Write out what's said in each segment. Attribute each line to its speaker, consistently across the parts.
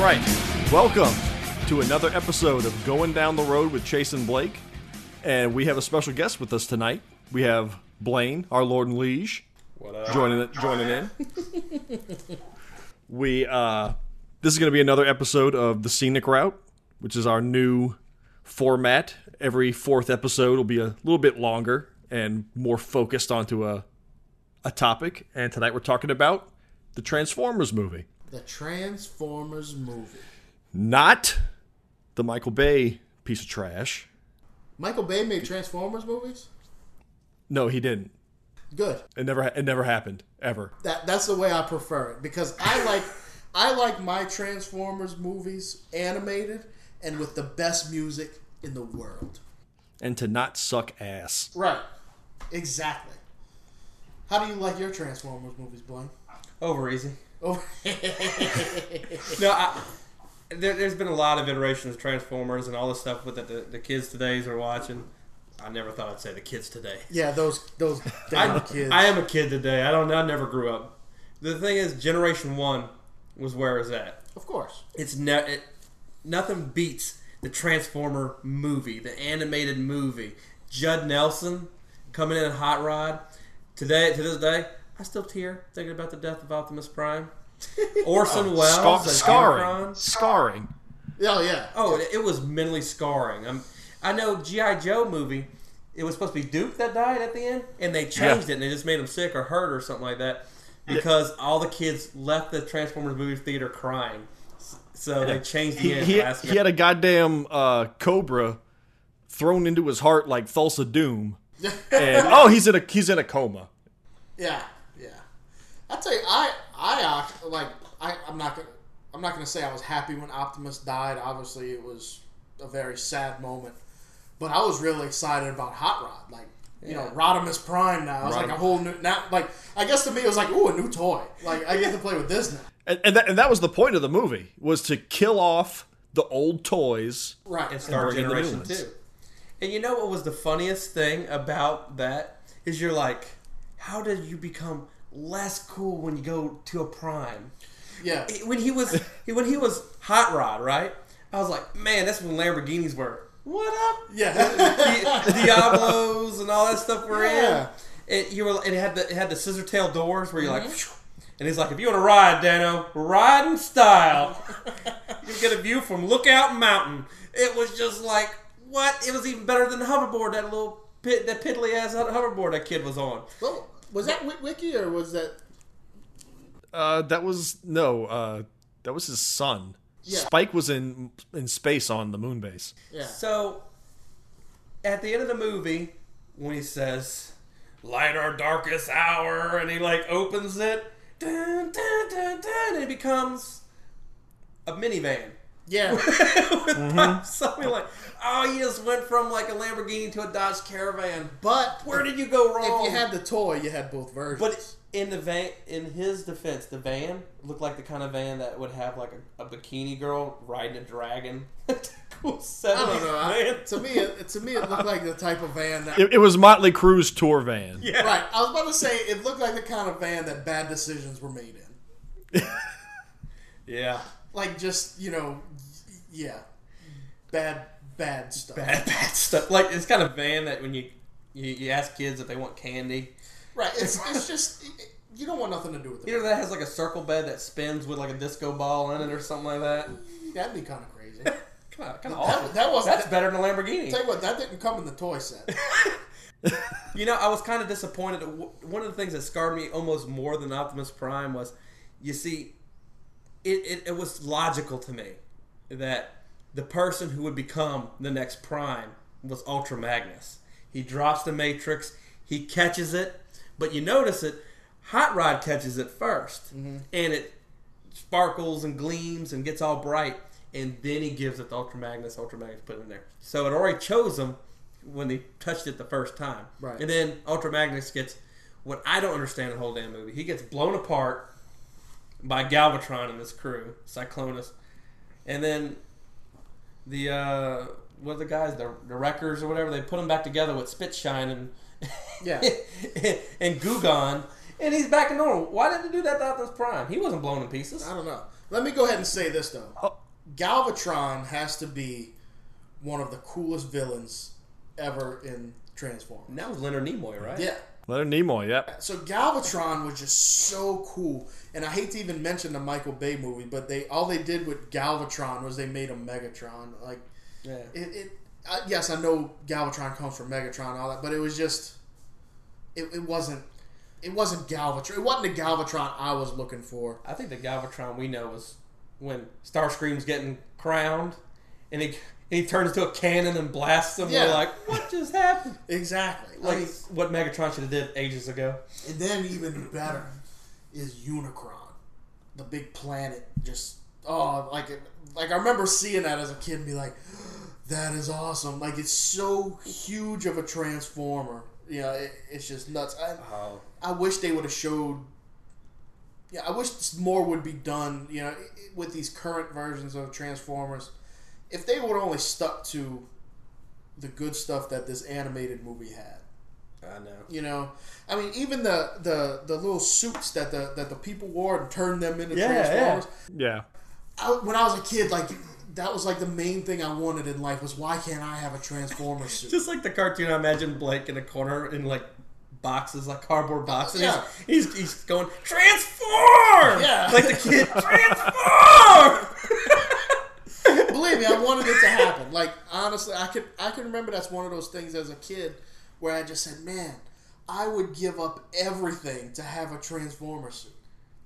Speaker 1: right, welcome to another episode of Going Down the Road with Chase and Blake, and we have a special guest with us tonight. We have Blaine, our Lord and Liege,
Speaker 2: What up?
Speaker 1: joining joining in. we uh, this is going to be another episode of the Scenic Route, which is our new format. Every fourth episode will be a little bit longer and more focused onto a a topic. And tonight we're talking about the Transformers movie.
Speaker 3: The Transformers movie.
Speaker 1: not the Michael Bay piece of trash.
Speaker 3: Michael Bay made Transformers movies?
Speaker 1: No, he didn't.
Speaker 3: Good.
Speaker 1: It never it never happened ever.
Speaker 3: That that's the way I prefer it because I like I like my Transformers movies animated and with the best music in the world.
Speaker 1: And to not suck ass.
Speaker 3: Right. Exactly. How do you like your Transformers movies, Blaine?
Speaker 2: Over easy.
Speaker 3: Oh,
Speaker 2: No, I, there, there's been a lot of iterations of Transformers and all the stuff with that the, the kids today's are watching. I never thought I'd say the kids today.
Speaker 3: yeah, those those
Speaker 2: I,
Speaker 3: damn kids.
Speaker 2: I am a kid today. I don't. I never grew up. The thing is, Generation One was where it's at.
Speaker 3: of course.
Speaker 2: It's ne- it, nothing beats the Transformer movie, the animated movie. Judd Nelson coming in hot rod today. To this day, I still tear thinking about the death of Optimus Prime. Orson Welles,
Speaker 1: Oh, Scar-
Speaker 2: as
Speaker 1: scarring.
Speaker 2: Unicron.
Speaker 1: Scarring.
Speaker 3: Oh yeah.
Speaker 2: Oh, it, it was mentally scarring. i I know GI Joe movie. It was supposed to be Duke that died at the end, and they changed it, and they just made him sick or hurt or something like that, because all the kids left the Transformers movie theater crying. S- So they changed the
Speaker 1: He,
Speaker 2: end
Speaker 1: he,
Speaker 2: last
Speaker 1: he had a goddamn uh, cobra thrown into his heart like Thulsa Doom. And oh, he's in a he's in a coma.
Speaker 3: Yeah, yeah. I tell you, I, I act- like, I, I'm not gonna, I'm not gonna say I was happy when Optimus died. Obviously, it was a very sad moment, but I was really excited about Hot Rod. Like, you know, Rodimus Prime. Now it's like a
Speaker 1: Rodom-
Speaker 3: whole new. Now, like, I guess to me, it was like, ooh, a new toy. Like, I get to play with this now.
Speaker 1: And, and that and that was the point of the movie was to kill off the old toys.
Speaker 3: Right.
Speaker 2: and Star
Speaker 1: bringing the new
Speaker 2: Generation
Speaker 1: ones.
Speaker 2: Two. And you know what was the funniest thing about that is you're like, how did you become less cool when you go to a prime?
Speaker 3: yeah.
Speaker 2: when he was when he was hot rod, right? I was like, man, that's when Lamborghinis were. What up?
Speaker 3: Yeah.
Speaker 2: Di- Diablos and all that stuff were
Speaker 3: Yeah.
Speaker 2: in. It you were it had the it had the scissor tail doors where you're
Speaker 3: Mm-hmm.
Speaker 2: like, "Phew." and he's like, if you want to ride, Dano, ride in style. you get a view from Lookout Mountain. It was just like what? It was even better than the hoverboard. That little pit, that piddly ass hoverboard that kid was on.
Speaker 3: Well, was that Wit Wiki or was that?
Speaker 1: Uh, that was no. Uh, that was his son.
Speaker 3: Yeah.
Speaker 1: Spike was in in space on the moon base.
Speaker 3: Yeah.
Speaker 2: So, at the end of the movie, when he says, "Light our darkest hour," and he like opens it, dun, dun, dun, dun, and it becomes a minivan.
Speaker 3: Yeah.
Speaker 2: so we like, oh, you just went from like a Lamborghini to a Dodge Caravan.
Speaker 3: But
Speaker 2: Where did you go
Speaker 3: if
Speaker 2: wrong?
Speaker 3: you had the toy, you had both versions.
Speaker 2: but in the van, in his defense, the van looked like the kind of van that would have like a, a bikini girl riding a dragon. cool
Speaker 3: I don't know. I,
Speaker 2: 70s
Speaker 3: to me, it, to me, it looked like the type of van that
Speaker 1: It, it was Motley Crue's tour van.
Speaker 2: Yeah.
Speaker 3: Right. I was about to say it looked like the kind of van that bad decisions were made in.
Speaker 2: Yeah.
Speaker 3: Like just you know, y- yeah, bad bad stuff.
Speaker 2: bad bad stuff. Like it's kind of van that when you you, you ask kids if they want candy,
Speaker 3: Right. It's it's just it- it- you don't want nothing to do with
Speaker 2: you
Speaker 3: it.
Speaker 2: know that has like a circle bed that spins with like a disco ball in it or something like that.
Speaker 3: That'd be kind of crazy.
Speaker 2: Kind of, kind of
Speaker 3: That-
Speaker 2: awful.
Speaker 3: that was-
Speaker 2: that's
Speaker 3: that-
Speaker 2: better than a Lamborghini.
Speaker 3: Tell you what, that didn't come in the toy set.
Speaker 2: You know, I was kind of disappointed. at w- One of the things that scarred me almost more than Optimus Prime was, you see, it, it, it was logical to me that the person who would become the next Prime was Ultra Magnus. He drops the Matrix, he catches it, but you notice it, Hot Rod catches it 1st and it sparkles and gleams and gets all bright, and then he gives it to Ultra Magnus. Ultra Magnus put it in there, so it already chose him when they touched it the first time.
Speaker 3: Right.
Speaker 2: And then Ultra Magnus gets what I don't understand the whole damn movie. He gets blown apart by Galvatron and his crew, Cyclonus, and then the uh, what are the guys, the the Wreckers or whatever, they put them back together with Spitshine and
Speaker 3: Yeah.
Speaker 2: and Gugon, and he's back to normal. Why did they do that to Optimus Prime? He wasn't blown in pieces.
Speaker 3: I don't know. Let me go ahead and say this though.
Speaker 1: Oh.
Speaker 3: Galvatron has to be one of the coolest villains ever in Transformers.
Speaker 2: And that was Leonard Nimoy, right?
Speaker 3: Yeah.
Speaker 1: Leonard Nimoy, yep.
Speaker 3: So Galvatron was just so cool, and I hate to even mention the Michael Bay movie, but they all they did with Galvatron was they made a Megatron. Like
Speaker 2: Yeah.
Speaker 3: it, it I, yes, I know Galvatron comes from Megatron and all that, but it was just it, it wasn't it wasn't Galvatron. It wasn't the Galvatron I was looking for.
Speaker 2: I think the Galvatron we know is when Starscream's getting crowned, and he he turns into a cannon and blasts him.
Speaker 3: Yeah.
Speaker 2: We're like, what just happened?
Speaker 3: Exactly.
Speaker 2: Like
Speaker 3: I mean,
Speaker 2: what Megatron should have did ages ago.
Speaker 3: And then even better is Unicron, the big planet. Just oh, like it, like I remember seeing that as a kid and be like, that is awesome. Like it's so huge of a transformer. Yeah, it, it's just nuts. I,
Speaker 2: Oh,
Speaker 3: I wish they would have showed. Yeah, I wish more would be done. You know, i- i- with these current versions of Transformers, if they would only stuck to the good stuff that this animated movie had.
Speaker 2: I know.
Speaker 3: You know, I mean, even the the the little suits that the that the people wore and turned them into
Speaker 2: Yeah,
Speaker 3: Transformers.
Speaker 1: Yeah.
Speaker 3: I, when I was a kid, like that was like the main thing I wanted in life was why can't I have a Transformer suit?
Speaker 2: Just like the cartoon, I imagine Blake in a corner in like boxes, like cardboard boxes.
Speaker 3: Yeah.
Speaker 2: He's, he's he's going transform.
Speaker 3: Yeah.
Speaker 2: Like the kid transform.
Speaker 3: Believe me, I wanted it to happen. Like honestly, I can I can remember that's one of those things as a kid where I just said, man, I would give up everything to have a Transformer suit,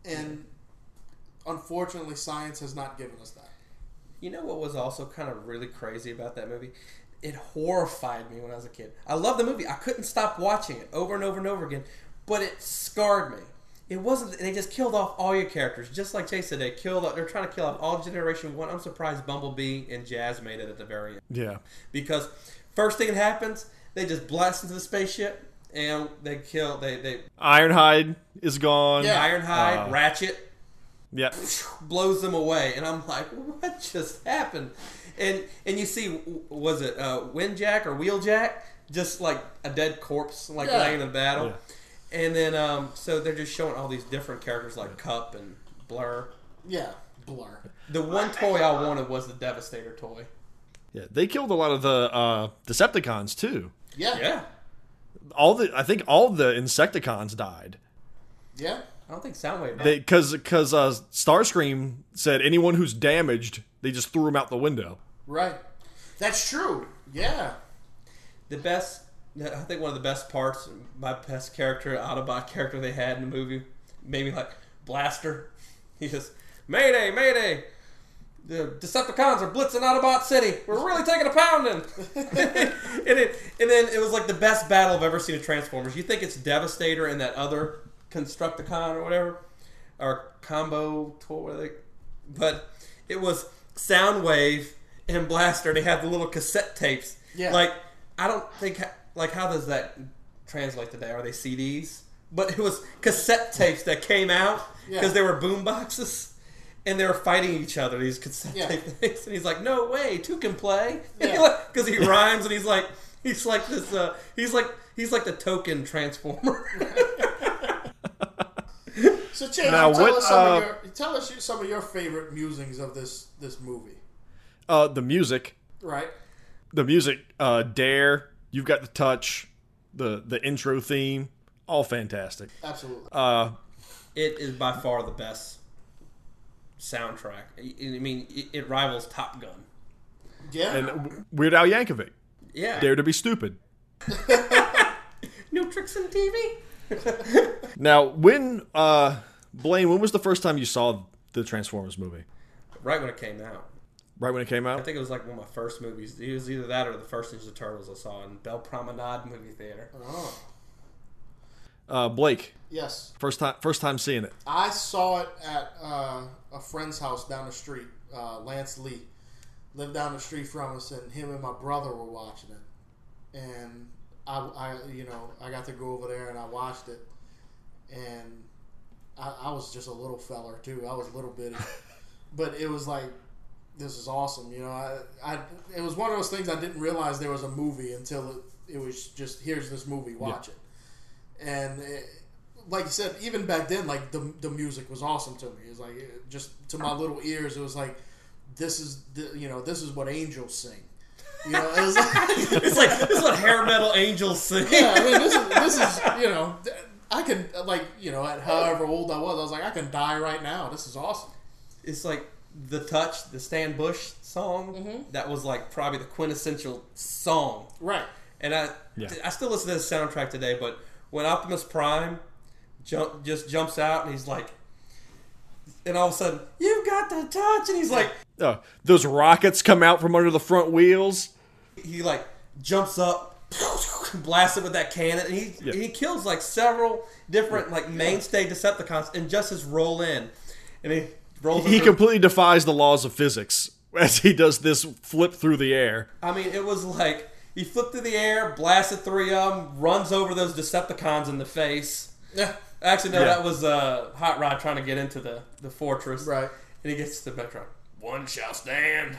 Speaker 3: and unfortunately, science has not given us that.
Speaker 2: You know what was also kind of really crazy about that movie? It horrified me when I was a kid. I loved the movie. I couldn't stop watching it over and over and over again, but it scarred me. It wasn't. They just killed off all your characters, just like Chase said. They killed. They're trying to kill off all Generation One. I'm surprised Bumblebee and Jazz made it at the very end
Speaker 1: Yeah.
Speaker 2: because first thing that happens, they just blast into the spaceship and they kill. They they
Speaker 1: Ironhide is gone.
Speaker 3: Yeah.
Speaker 2: Ironhide
Speaker 1: Uh.
Speaker 2: Ratchet
Speaker 1: Yep.
Speaker 2: blows them away, and I'm like, what just happened? And and you see, w- was it uh, Windjack or Wheeljack? Just like a dead corpse, like
Speaker 3: Yeah.
Speaker 2: laying in battle.
Speaker 1: Yeah.
Speaker 2: And then, um, so they're just showing all these different characters like Cup and Blur.
Speaker 3: Yeah, blur.
Speaker 2: The one toy I wanted was the Devastator toy.
Speaker 1: Yeah. They killed a lot of the uh, Decepticons too.
Speaker 3: Yeah, yeah.
Speaker 2: Yeah,
Speaker 1: All the I think all the Insecticons died.
Speaker 2: I don't think Soundwave.
Speaker 1: They because because uh, Starscream said anyone who's damaged, they just threw him out the window.
Speaker 3: Right. That's true. Yeah.
Speaker 2: the best i think one of the best parts my best character autobot character they had in the movie maybe like blaster he just mayday mayday the decepticons are blitzing autobot city we're really taking a pounding and, it, and then it was like the best battle i've ever seen in transformers you think it's devastator and that other constructicon or whatever or combo toy what are they- but it was soundwave and blaster they had the little cassette tapes
Speaker 3: Yeah.
Speaker 2: like I don't think like how does that translate today? Are they CDs? But it was cassette tapes that came out
Speaker 3: Yeah.
Speaker 2: because they were boom boxes, and they were fighting each other. These cassette
Speaker 3: Yeah.
Speaker 2: tape things, and he's like, "No way, two can play,"
Speaker 3: Yeah.
Speaker 2: because he rhymes, and he's like, he's like this, uh, he's like he's like the token transformer.
Speaker 3: So Chase,
Speaker 1: Now,
Speaker 3: tell
Speaker 1: what,
Speaker 3: us some of
Speaker 1: uh,
Speaker 3: your tell us your- some of your favorite musings of this this movie.
Speaker 1: Uh, the music,
Speaker 3: Right.
Speaker 1: the music, uh, Dare, you've got the touch, the the intro theme, all fantastic.
Speaker 3: Absolutely.
Speaker 1: Uh,
Speaker 2: it is by far the best soundtrack. I I mean, it- it rivals Top Gun.
Speaker 3: Yeah.
Speaker 1: and Weird Al Yankovic,
Speaker 2: Yeah,
Speaker 1: Dare to be stupid.
Speaker 2: new tricks in TV.
Speaker 1: Now, when uh, Blaine, when was the first time you saw the Transformers movie?
Speaker 2: Right when it came out.
Speaker 1: Right when it came
Speaker 2: I
Speaker 1: out?
Speaker 2: think it was like one of my first movies. It was either that or the first Ninja Turtles I saw in Bell Promenade movie theater.
Speaker 3: oh.
Speaker 1: Uh, Blake,
Speaker 3: Yes.
Speaker 1: first time first time seeing it.
Speaker 3: I saw it at uh, a friend's house down the street. Uh, Lance Lee lived down the street from us, and him and my brother were watching it. And I, I you know, I got to go over there and I watched it. And I, I was just a little feller too. I was a little bitty, but it was like, this is awesome. You know, I, I, it was one of those things I didn't realize there was a movie until it, it was just here's this movie, watch it. And it, like you said, even back then, like the the music was awesome to me. It's like it- just to my little ears, it was like this is the, you know this is what angels sing. You know, it was like,
Speaker 2: It's like this is what hair metal angels sing.
Speaker 3: yeah, I mean this is this is you know th- I can like you know at however old I was, I was like I can die right now. This is awesome.
Speaker 2: It's like the touch, the Stan Bush song. That was like probably the quintessential song.
Speaker 3: Right.
Speaker 2: And I,
Speaker 1: Yeah.
Speaker 2: I still listen to this soundtrack today. But when Optimus Prime jump, just jumps out and he's like, and all of a sudden, you've got the touch, and he's like,
Speaker 1: Oh, those rockets come out from under the front wheels.
Speaker 2: he like jumps up. Blasts it with that cannon, and he
Speaker 1: Yeah.
Speaker 2: he kills like several different like mainstay Decepticons, and just his roll in, and he rolls.
Speaker 1: He
Speaker 2: over-
Speaker 1: completely defies the laws of physics as he does this flip through the air.
Speaker 2: I mean, it was like he flipped through the air, blasted three of them, runs over those Decepticons in the face.
Speaker 3: Yeah.
Speaker 2: Actually, no,
Speaker 1: Yeah.
Speaker 2: that was uh, Hot Rod trying to get into the, the fortress.
Speaker 3: Right.
Speaker 2: And he gets to the Metro. One shall stand,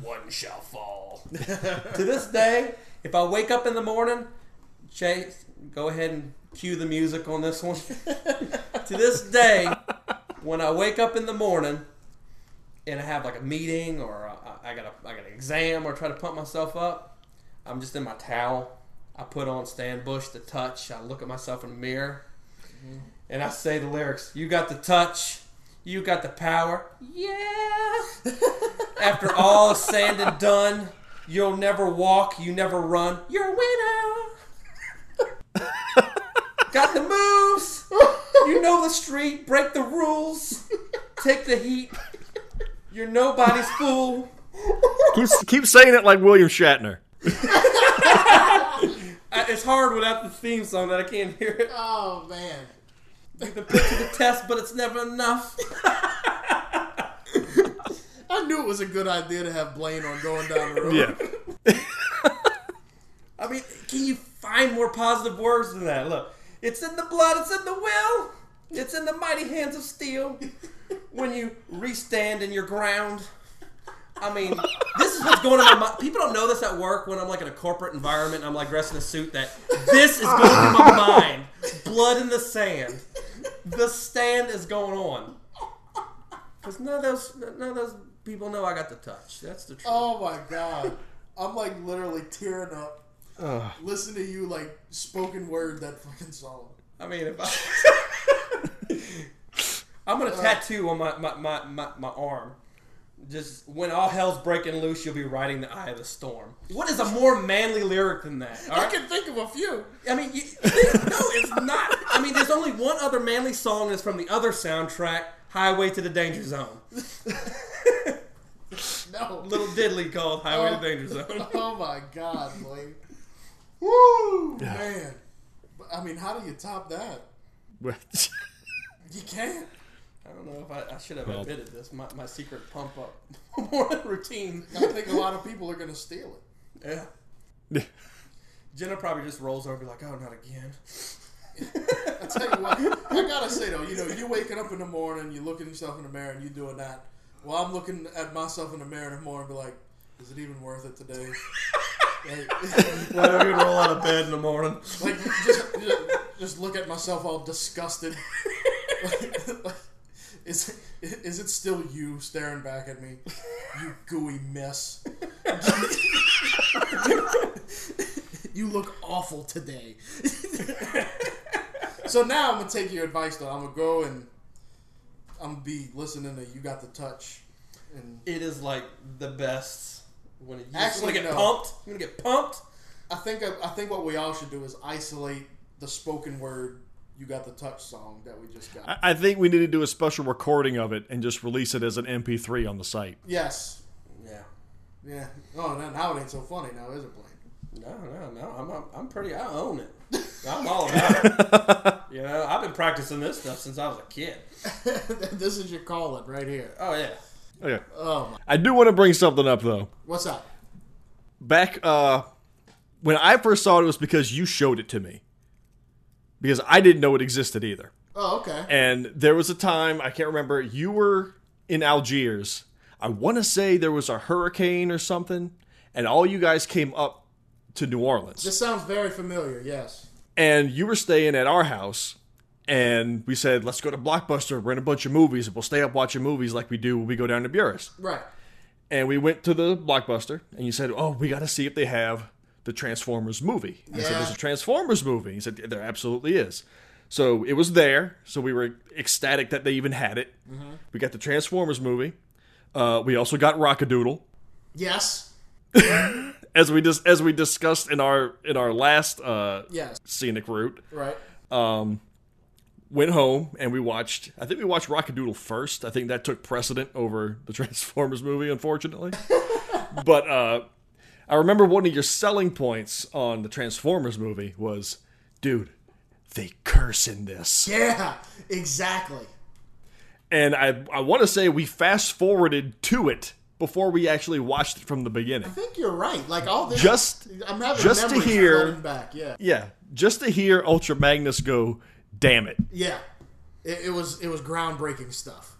Speaker 2: one shall fall. to this day, if I wake up in the morning, Chase, go ahead and cue the music on this one. to this day, when I wake up in the morning and I have like a meeting or a- I I got a, I got an exam or try to pump myself up, I'm just in my towel. I put on Stan Bush the touch. I look at myself in the mirror and I say the lyrics. You got the touch. You got the power. Yeah. After all is said and done, you'll never walk. You never run. You're a winner. got the moves. You know the street. Break the rules. Take the heat. You're nobody's fool.
Speaker 1: Keep, keep saying it like William Shatner.
Speaker 2: I, it's hard without the theme song that I can't hear it.
Speaker 3: Oh man.
Speaker 2: The put to the test, but it's never enough.
Speaker 3: I knew it was a good idea to have Blaine on going down the road.
Speaker 1: Yeah.
Speaker 2: I mean, can you find more positive words than that? Look, it's in the blood, it's in the will, it's in the mighty hands of steel. When you restand in your ground. I mean, this is what's going on in my mind. People don't know this at work when I'm like in a corporate environment and I'm like dressed in a suit that this is going through my mind. Blood in the sand. The stand is going on. Because none of those none of those people know I got the touch. That's the truth.
Speaker 3: Oh my god. I'm like literally tearing up. Listen to you like spoken word that fucking song.
Speaker 2: I mean, if I. I'm gonna tattoo on my, my, my, my, my arm. Just when all hell's breaking loose, you'll be riding the eye of the storm. What is a more manly lyric than that? All
Speaker 3: I
Speaker 2: right?
Speaker 3: can think of a few.
Speaker 2: I mean, you, no, it's not. I mean, there's only one other manly song that's from the other soundtrack, "Highway to the Danger Zone."
Speaker 3: No.
Speaker 2: Little diddly called "Highway to the Danger Zone."
Speaker 3: oh my god, Blaine. Woo man. But, I mean, how do you top that? You can't.
Speaker 2: I don't know if I, I should have admitted this. My, my secret pump up morning routine.
Speaker 3: I think a lot of people are gonna steal it.
Speaker 2: Yeah. Jenna probably just rolls over and be like, oh, not again.
Speaker 3: I tell you what, I gotta say though, you know, you waking up in the morning, you look at yourself in the mirror and you doing that. Well I'm looking at myself in the mirror in the morning and be like, is it even worth it today? Like-
Speaker 2: Why don't you roll out of bed in the morning?
Speaker 3: Like just, just, just look at myself all disgusted. is is it still you staring back at me? You gooey mess. you look awful today. so now I'm gonna take your advice though. I'm gonna go and I'm gonna be listening to "You Got the Touch." And
Speaker 2: It is like the best. When you just
Speaker 3: Actually,
Speaker 2: want to get
Speaker 3: no.
Speaker 2: pumped, you want to get pumped.
Speaker 3: I think I think what we all should do is isolate the spoken word "You Got the Touch" song that we just got.
Speaker 1: I I think we need to do a special recording of it and just release it as an MP3 on the site.
Speaker 3: Yes.
Speaker 2: Yeah.
Speaker 3: Yeah. Oh, no, now it ain't so funny now, is it, Blaine?
Speaker 2: No, no, no. I'm, I'm, I'm pretty, I own it. I'm all about it. You know, I've been practicing this stuff since I was a kid.
Speaker 3: this is your calling right here.
Speaker 2: Oh, yeah.
Speaker 1: Okay.
Speaker 3: Oh, my.
Speaker 1: I do want to bring something up though.
Speaker 3: What's up?
Speaker 1: back uh when I first saw it, it was because you showed it to me. Because I didn't know it existed either.
Speaker 3: Oh, okay.
Speaker 1: And there was a time, I can't remember, you were in Algiers. I want to say there was a hurricane or something, and all you guys came up to New Orleans.
Speaker 3: This sounds very familiar, yes.
Speaker 1: and you were staying at our house, and we said, let's go to Blockbuster, rent a bunch of movies, and we'll stay up watching movies like we do when we go down to Burris.
Speaker 3: Right.
Speaker 1: And we went to the Blockbuster, and you said, oh, we got to see if they have the Transformers movie. And I said,
Speaker 3: Yeah.
Speaker 1: there's a Transformers movie. And he said, there absolutely is. So it was there, so we were ecstatic that they even had it. We got the Transformers movie. Uh, we also got Rockadoodle.
Speaker 3: Yes.
Speaker 1: As we dis- as we discussed in our in our last uh,
Speaker 3: Yes.
Speaker 1: scenic route,
Speaker 3: Right.
Speaker 1: went home and we watched i think we watched rockadoodle first i think that took precedent over the transformers movie unfortunately but uh i remember one of your selling points on the transformers movie was dude they curse in this
Speaker 3: Yeah. Exactly.
Speaker 1: and i i want to say we fast forwarded to it before we actually watched it from the beginning
Speaker 3: I think you're right. Like all this.
Speaker 1: Just-
Speaker 3: I'm having
Speaker 1: just to
Speaker 3: memories
Speaker 1: hear-
Speaker 3: flooding back. Yeah.
Speaker 1: yeah just to hear ultra magnus go damn it
Speaker 3: Yeah. It, it was it was groundbreaking stuff.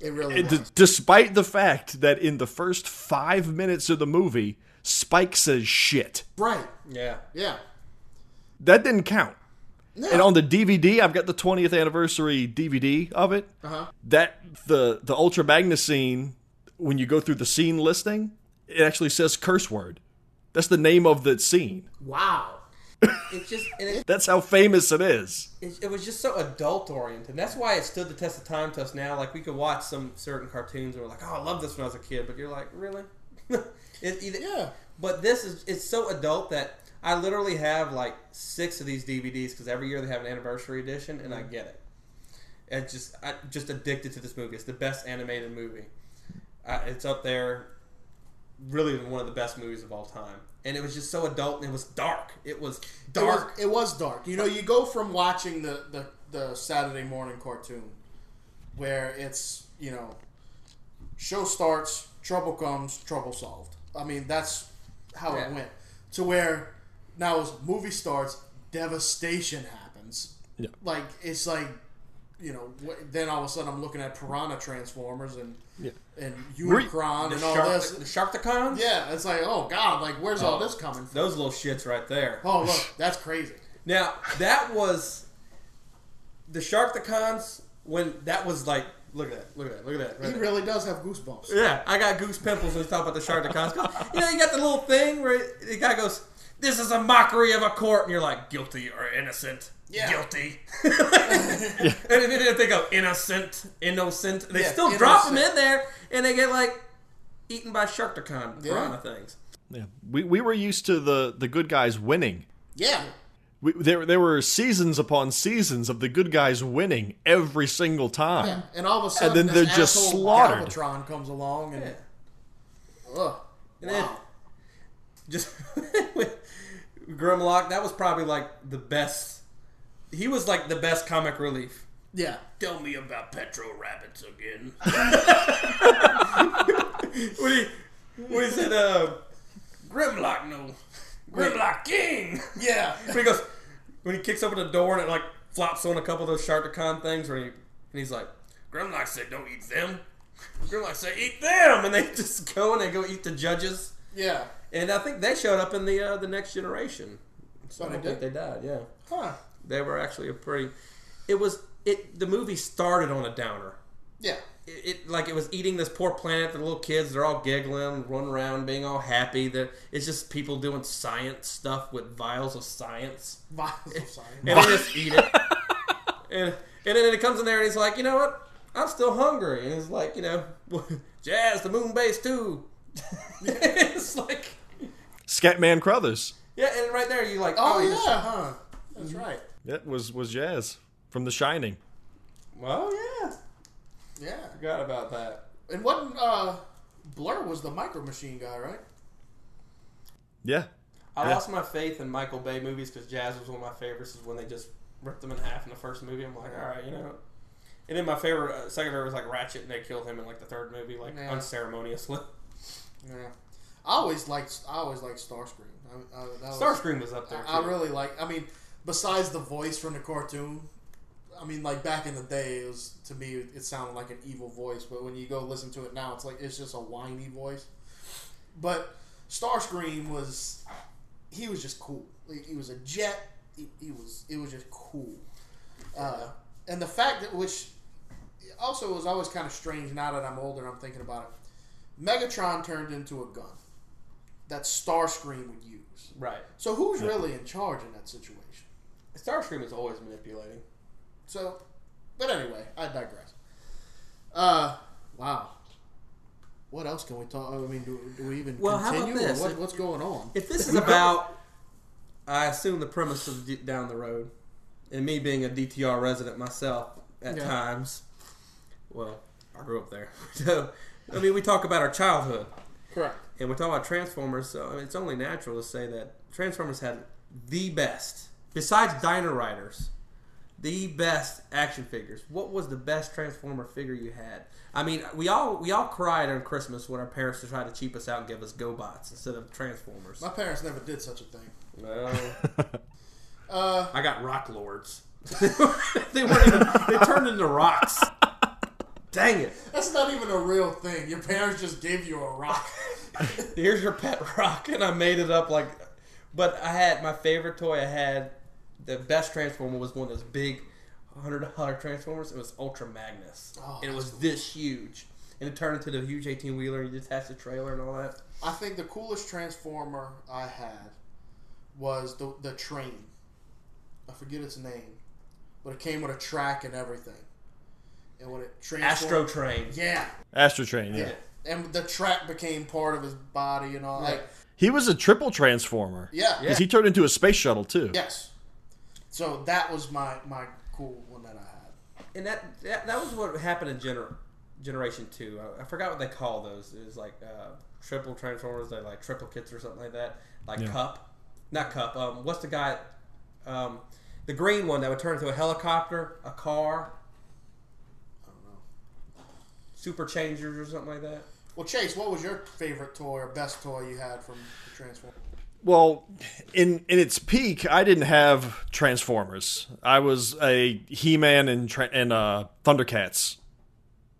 Speaker 3: It really
Speaker 1: And
Speaker 3: was.
Speaker 1: d- despite the fact that in the first five minutes of the movie, Spike says shit.
Speaker 3: right.
Speaker 2: Yeah.
Speaker 3: Yeah.
Speaker 1: That didn't count.
Speaker 3: No.
Speaker 1: And on the DVD, I've got the 20th anniversary DVD of it.
Speaker 3: Uh-huh.
Speaker 1: That the the Ultra Magnus scene, when you go through the scene listing, it actually says curse word. That's the name of the scene.
Speaker 3: wow.
Speaker 2: It's just and it,
Speaker 1: That's how famous it is.
Speaker 2: it, it was just so adult oriented. That's why it stood the test of time to us now. Like we could watch some certain cartoons and we're like, oh, I love this when I was a kid, but you're like, really? it, either,
Speaker 3: Yeah.
Speaker 2: But this is it's so adult that I literally have like six of these DVDs because every year they have an anniversary edition, and I get it. It's just I just addicted to this movie. It's the best animated movie. Uh, it's up there, really one of the best movies of all time. And it was just so adult, and it was dark. It was dark.
Speaker 3: It was, it was dark. You know, you go from watching the, the, the Saturday morning cartoon where it's, you know, show starts, trouble comes, trouble solved. I mean, that's how
Speaker 2: Yeah.
Speaker 3: it went. To where now as movie starts, devastation happens.
Speaker 1: Yeah.
Speaker 3: Like, it's like, you know, wh- then all of a sudden I'm looking at Piranha Transformers and
Speaker 1: Yeah.
Speaker 3: and
Speaker 1: Were you-
Speaker 3: Unicron
Speaker 2: the
Speaker 3: and all
Speaker 2: shark,
Speaker 3: this.
Speaker 2: the Sharktacons.
Speaker 3: Yeah, it's like, oh God, like where's all this coming from?
Speaker 2: those little shits right there.
Speaker 3: Oh look, that's crazy.
Speaker 2: Now that was the Sharktacons when that was like. Look at that! Look at that! Look at that! right
Speaker 3: He
Speaker 2: there.
Speaker 3: really does have goosebumps.
Speaker 2: Yeah, I got goose pimples when we talk about the shark that comes. 'Cause, You know, you got the little thing where the guy goes, "This is a mockery of a court," and you're like, "Guilty or innocent?"
Speaker 3: Yeah.
Speaker 2: Guilty. And then if they go innocent, innocent, they
Speaker 3: Yeah,
Speaker 2: still drop them
Speaker 3: innocent.
Speaker 2: in there, and they get like eaten by Sharktacon
Speaker 3: Yeah.
Speaker 2: piranha things.
Speaker 1: Yeah. We we were used to the the good guys winning.
Speaker 3: Yeah.
Speaker 1: We, there there were seasons upon seasons of the good guys winning every single time.
Speaker 3: Yeah. And all of a sudden,
Speaker 1: then
Speaker 3: this
Speaker 1: they're just
Speaker 3: asshole
Speaker 1: slaughtered.
Speaker 3: Galvatron comes along and
Speaker 2: Yeah.
Speaker 3: ugh,
Speaker 2: And then-
Speaker 3: wow.
Speaker 2: just with Grimlock. That was probably like the best. He was like the best comic relief.
Speaker 3: Yeah.
Speaker 2: Tell me about Petro Rabbits again. what he, what is it? Uh, Grimlock, no, Grimlock King.
Speaker 3: Yeah.
Speaker 2: When he goes, when he kicks open the door and it like flops on a couple of those Sharktacon things, where he, and he's like, Grimlock said, "Don't eat them." Grimlock said, "Eat them," and they just go and they go eat the judges.
Speaker 3: Yeah.
Speaker 2: And I think they showed up in the uh, the Next Generation. So I
Speaker 3: Oh,
Speaker 2: don't
Speaker 3: they
Speaker 2: think they died. Yeah,
Speaker 3: Huh.
Speaker 2: they were actually a pretty. It was it. The movie started on a downer.
Speaker 3: Yeah.
Speaker 2: It, it like it was eating this poor planet. The little kids, they're all giggling, running around, being all happy. That it's just people doing science stuff with vials of science,
Speaker 3: Vials of science.
Speaker 2: and they just eat it. And and then it comes in there, and he's like, you know what? I'm still hungry. And it's like, you know, jazz the moon base too. it's like,
Speaker 1: Scatman Crothers.
Speaker 2: yeah, and right there, you like,
Speaker 3: Oh
Speaker 2: you just-
Speaker 3: yeah, huh? Mm-hmm. That's right.
Speaker 1: That was was Jazz from The Shining.
Speaker 2: Well, yeah.
Speaker 3: Yeah.
Speaker 2: Forgot about that.
Speaker 3: And wasn't uh, Blur was the micro machine guy, right?
Speaker 1: Yeah.
Speaker 2: I
Speaker 1: Yeah.
Speaker 2: lost my faith in Michael Bay movies because Jazz was one of my favorites. Is when they just ripped them in half in the first movie. I'm like, all right, you know. And then my favorite, uh, second favorite was like Ratchet, and they killed him in like the third movie, like
Speaker 3: Yeah.
Speaker 2: unceremoniously.
Speaker 3: Yeah. I always liked I always liked Starscream. I, I, that was,
Speaker 2: Starscream was up there.
Speaker 3: I, I
Speaker 2: too.
Speaker 3: really like. I mean, besides the voice from the cartoon, I mean, like back in the day, it was to me it sounded like an evil voice. But when you go listen to it now, it's like it's just a whiny voice. But Starscream was he was just cool. He, he was a jet. He, he was it was just cool. Uh, and the fact that which also was always kind of strange. Now that I'm older, I'm thinking about it. Megatron turned into a gun that Starscream would use.
Speaker 2: Right.
Speaker 3: So who's really in charge in that situation?
Speaker 2: Starscream is always manipulating.
Speaker 3: So, but anyway, I digress. Uh, wow. What else can we talk? I mean, do, do we even
Speaker 2: Well, how about
Speaker 3: continue? or
Speaker 2: this?
Speaker 3: what, what's going on?
Speaker 2: If this is about, I assume the premise of d- down the road, and me being a DTR resident myself at
Speaker 3: Yeah.
Speaker 2: times. Well, I grew up there, so I mean, we talk about our childhood,
Speaker 3: Correct.
Speaker 2: and we're talking about Transformers. So I mean, it's only natural to say that Transformers had the best, besides Diner Riders, the best action figures. What was the best Transformer figure you had? I mean, we all we all cried on Christmas when our parents tried to cheap us out and give us GoBots instead of Transformers.
Speaker 3: My parents never did such a thing.
Speaker 2: Well,
Speaker 3: Uh,
Speaker 2: I got rock lords. they weren't even, they turned into rocks. Dang it.
Speaker 3: that's not even a real thing. Your parents just gave you a rock.
Speaker 2: Here's your pet rock and I made it up like but I had my favorite toy I had the best transformer was one of those big hundred dollar transformers. It was Ultra Magnus.
Speaker 3: Oh,
Speaker 2: and it
Speaker 3: that's
Speaker 2: was this huge. And it turned into the huge eighteen wheeler and you attached the trailer and all that.
Speaker 3: I think the coolest transformer I had was the the train. I forget its name, but it came with a track and everything. And when it
Speaker 2: Astro
Speaker 3: transformed,
Speaker 2: Train.
Speaker 3: yeah,
Speaker 1: Astro Train, yeah.
Speaker 3: yeah. And the track became part of his body and all. Like,
Speaker 1: He was a triple transformer.
Speaker 3: yeah,
Speaker 2: Yeah.
Speaker 1: Because he turned into a space shuttle, too.
Speaker 3: yes. So that was my my cool one that I had.
Speaker 2: and that, that that was what happened in gener- generation two. I, I forgot what they call those. It was like uh, triple transformers, they like triplicates or something like that. Like
Speaker 1: Yeah.
Speaker 2: cup, not cup. Um, what's the guy? Um, the green one that would turn into a helicopter, a car,
Speaker 3: I don't know.
Speaker 2: super changers or something like that.
Speaker 3: Well, Chase, what was your favorite toy or best toy you had from the Transformers?
Speaker 1: Well, in in its peak, I didn't have Transformers. I was a He Man and tra- and uh, Thundercats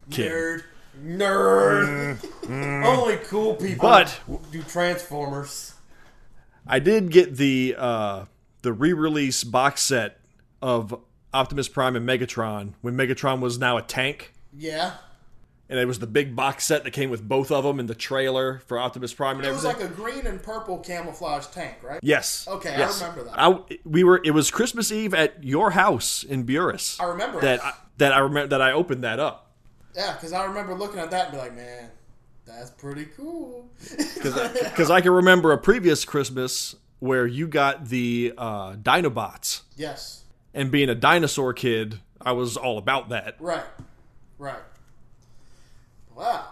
Speaker 1: kid. Mm-hmm.
Speaker 3: Nerd.
Speaker 2: Nerd. Only cool people
Speaker 1: But-
Speaker 2: do Transformers.
Speaker 1: I did get the uh, the re-release box set of Optimus Prime and Megatron when Megatron was now a tank,
Speaker 3: Yeah.
Speaker 1: and it was the big box set that came with both of them and the trailer for Optimus Prime and
Speaker 3: It was
Speaker 1: everything.
Speaker 3: like a green and purple camouflage tank, right?
Speaker 1: yes.
Speaker 3: Okay, I
Speaker 1: yes.
Speaker 3: remember that.
Speaker 1: I- we were. It was Christmas Eve at your house in Buris.
Speaker 3: I remember it.
Speaker 1: that. I, that I remember that I opened that up.
Speaker 3: Yeah, because I remember looking at that and be like, man, that's pretty cool.
Speaker 1: Because I can remember a previous Christmas where you got the uh, Dinobots,
Speaker 3: yes,
Speaker 1: and being a dinosaur kid, I was all about that.
Speaker 3: right, right. Wow,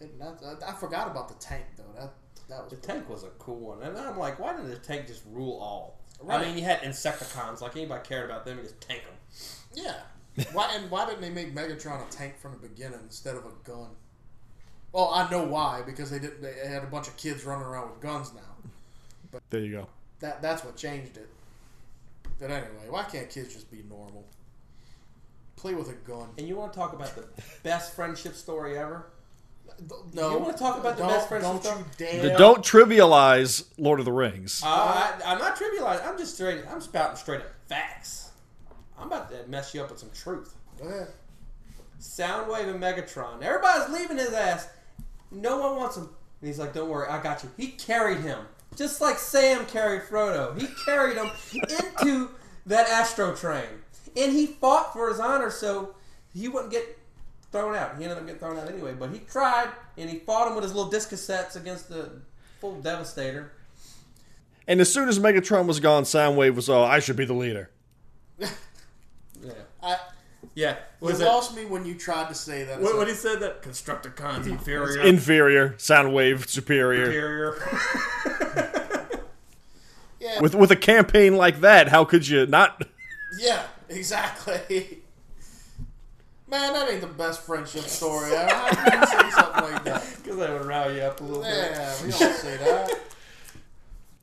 Speaker 3: And that's- I, I forgot about the tank though. That that was
Speaker 2: The tank was a cool one, and I'm like, why didn't the tank just rule all? I
Speaker 3: Right.
Speaker 2: mean, you had Insecticons. Like anybody cared about them, you just tank them.
Speaker 3: yeah. Why and why didn't they make Megatron a tank from the beginning instead of a gun? Well, I know why because they didn't. They had a bunch of kids running around with guns now.
Speaker 1: There you go.
Speaker 3: That that's what changed it. But anyway, why can't kids just be normal? Play with a gun.
Speaker 2: And you want to talk about the best friendship story ever?
Speaker 3: No,
Speaker 2: You wanna talk about the
Speaker 3: don't-
Speaker 2: best friends
Speaker 3: Don't
Speaker 2: and
Speaker 3: you
Speaker 2: stuff?
Speaker 3: dare!
Speaker 1: The don't trivialize Lord of the Rings.
Speaker 2: Uh, I, I'm not trivializing. I'm just straight. I'm spouting straight up facts. I'm about to mess you up with some truth.
Speaker 3: Go ahead.
Speaker 2: Soundwave and Megatron. Everybody's leaving his ass. No one wants him. And he's like, don't worry, I got you. He carried him. Just like Sam carried Frodo. He carried him into that Astro train. And he fought for his honor so he wouldn't get thrown out. He ended up getting thrown out anyway. But he tried and he fought him with his little disc cassettes against the full Devastator.
Speaker 1: And as soon as Megatron was gone, Soundwave was all, "I should be the leader."
Speaker 2: Yeah.
Speaker 3: I,
Speaker 2: Yeah.
Speaker 3: you
Speaker 2: Was it?
Speaker 3: lost me when you tried to say that.
Speaker 2: What, what he said that Constructicons inferior.
Speaker 1: Inferior, Soundwave superior.
Speaker 2: inferior.
Speaker 3: yeah,
Speaker 1: With with a campaign like that, how could you not?
Speaker 3: yeah, exactly. Man, that ain't the best friendship story ever. How can you say something like that?
Speaker 2: Because that would rile you up a little bit.
Speaker 3: Yeah, we don't say that.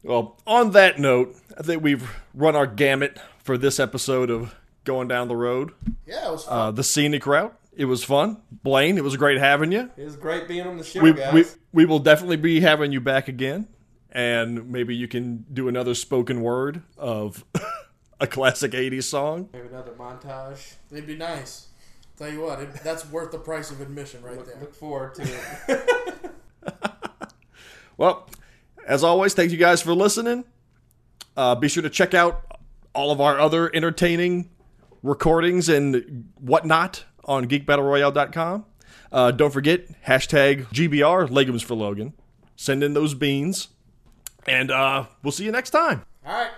Speaker 1: Well, on that note, I think we've run our gamut for this episode of Going Down the Road,
Speaker 3: Yeah, it was fun.
Speaker 1: uh, the scenic route. It was fun, Blaine. It was great having you.
Speaker 2: It was great being on the show,
Speaker 1: we,
Speaker 2: guys.
Speaker 1: we we will definitely be having you back again, and maybe you can do another spoken word of a classic 80s song.
Speaker 2: Maybe another montage.
Speaker 3: It'd be nice. Tell you what, it, that's worth the price of admission right
Speaker 2: look,
Speaker 3: there.
Speaker 2: look forward to it.
Speaker 1: Well, as always, thank you guys for listening. Uh, be sure to check out all of our other entertaining recordings and whatnot on geekbattleroyale.com. Uh, don't forget, hashtag GBR, legumes for Logan. Send in those beans. And uh, we'll see you next time.
Speaker 3: All right.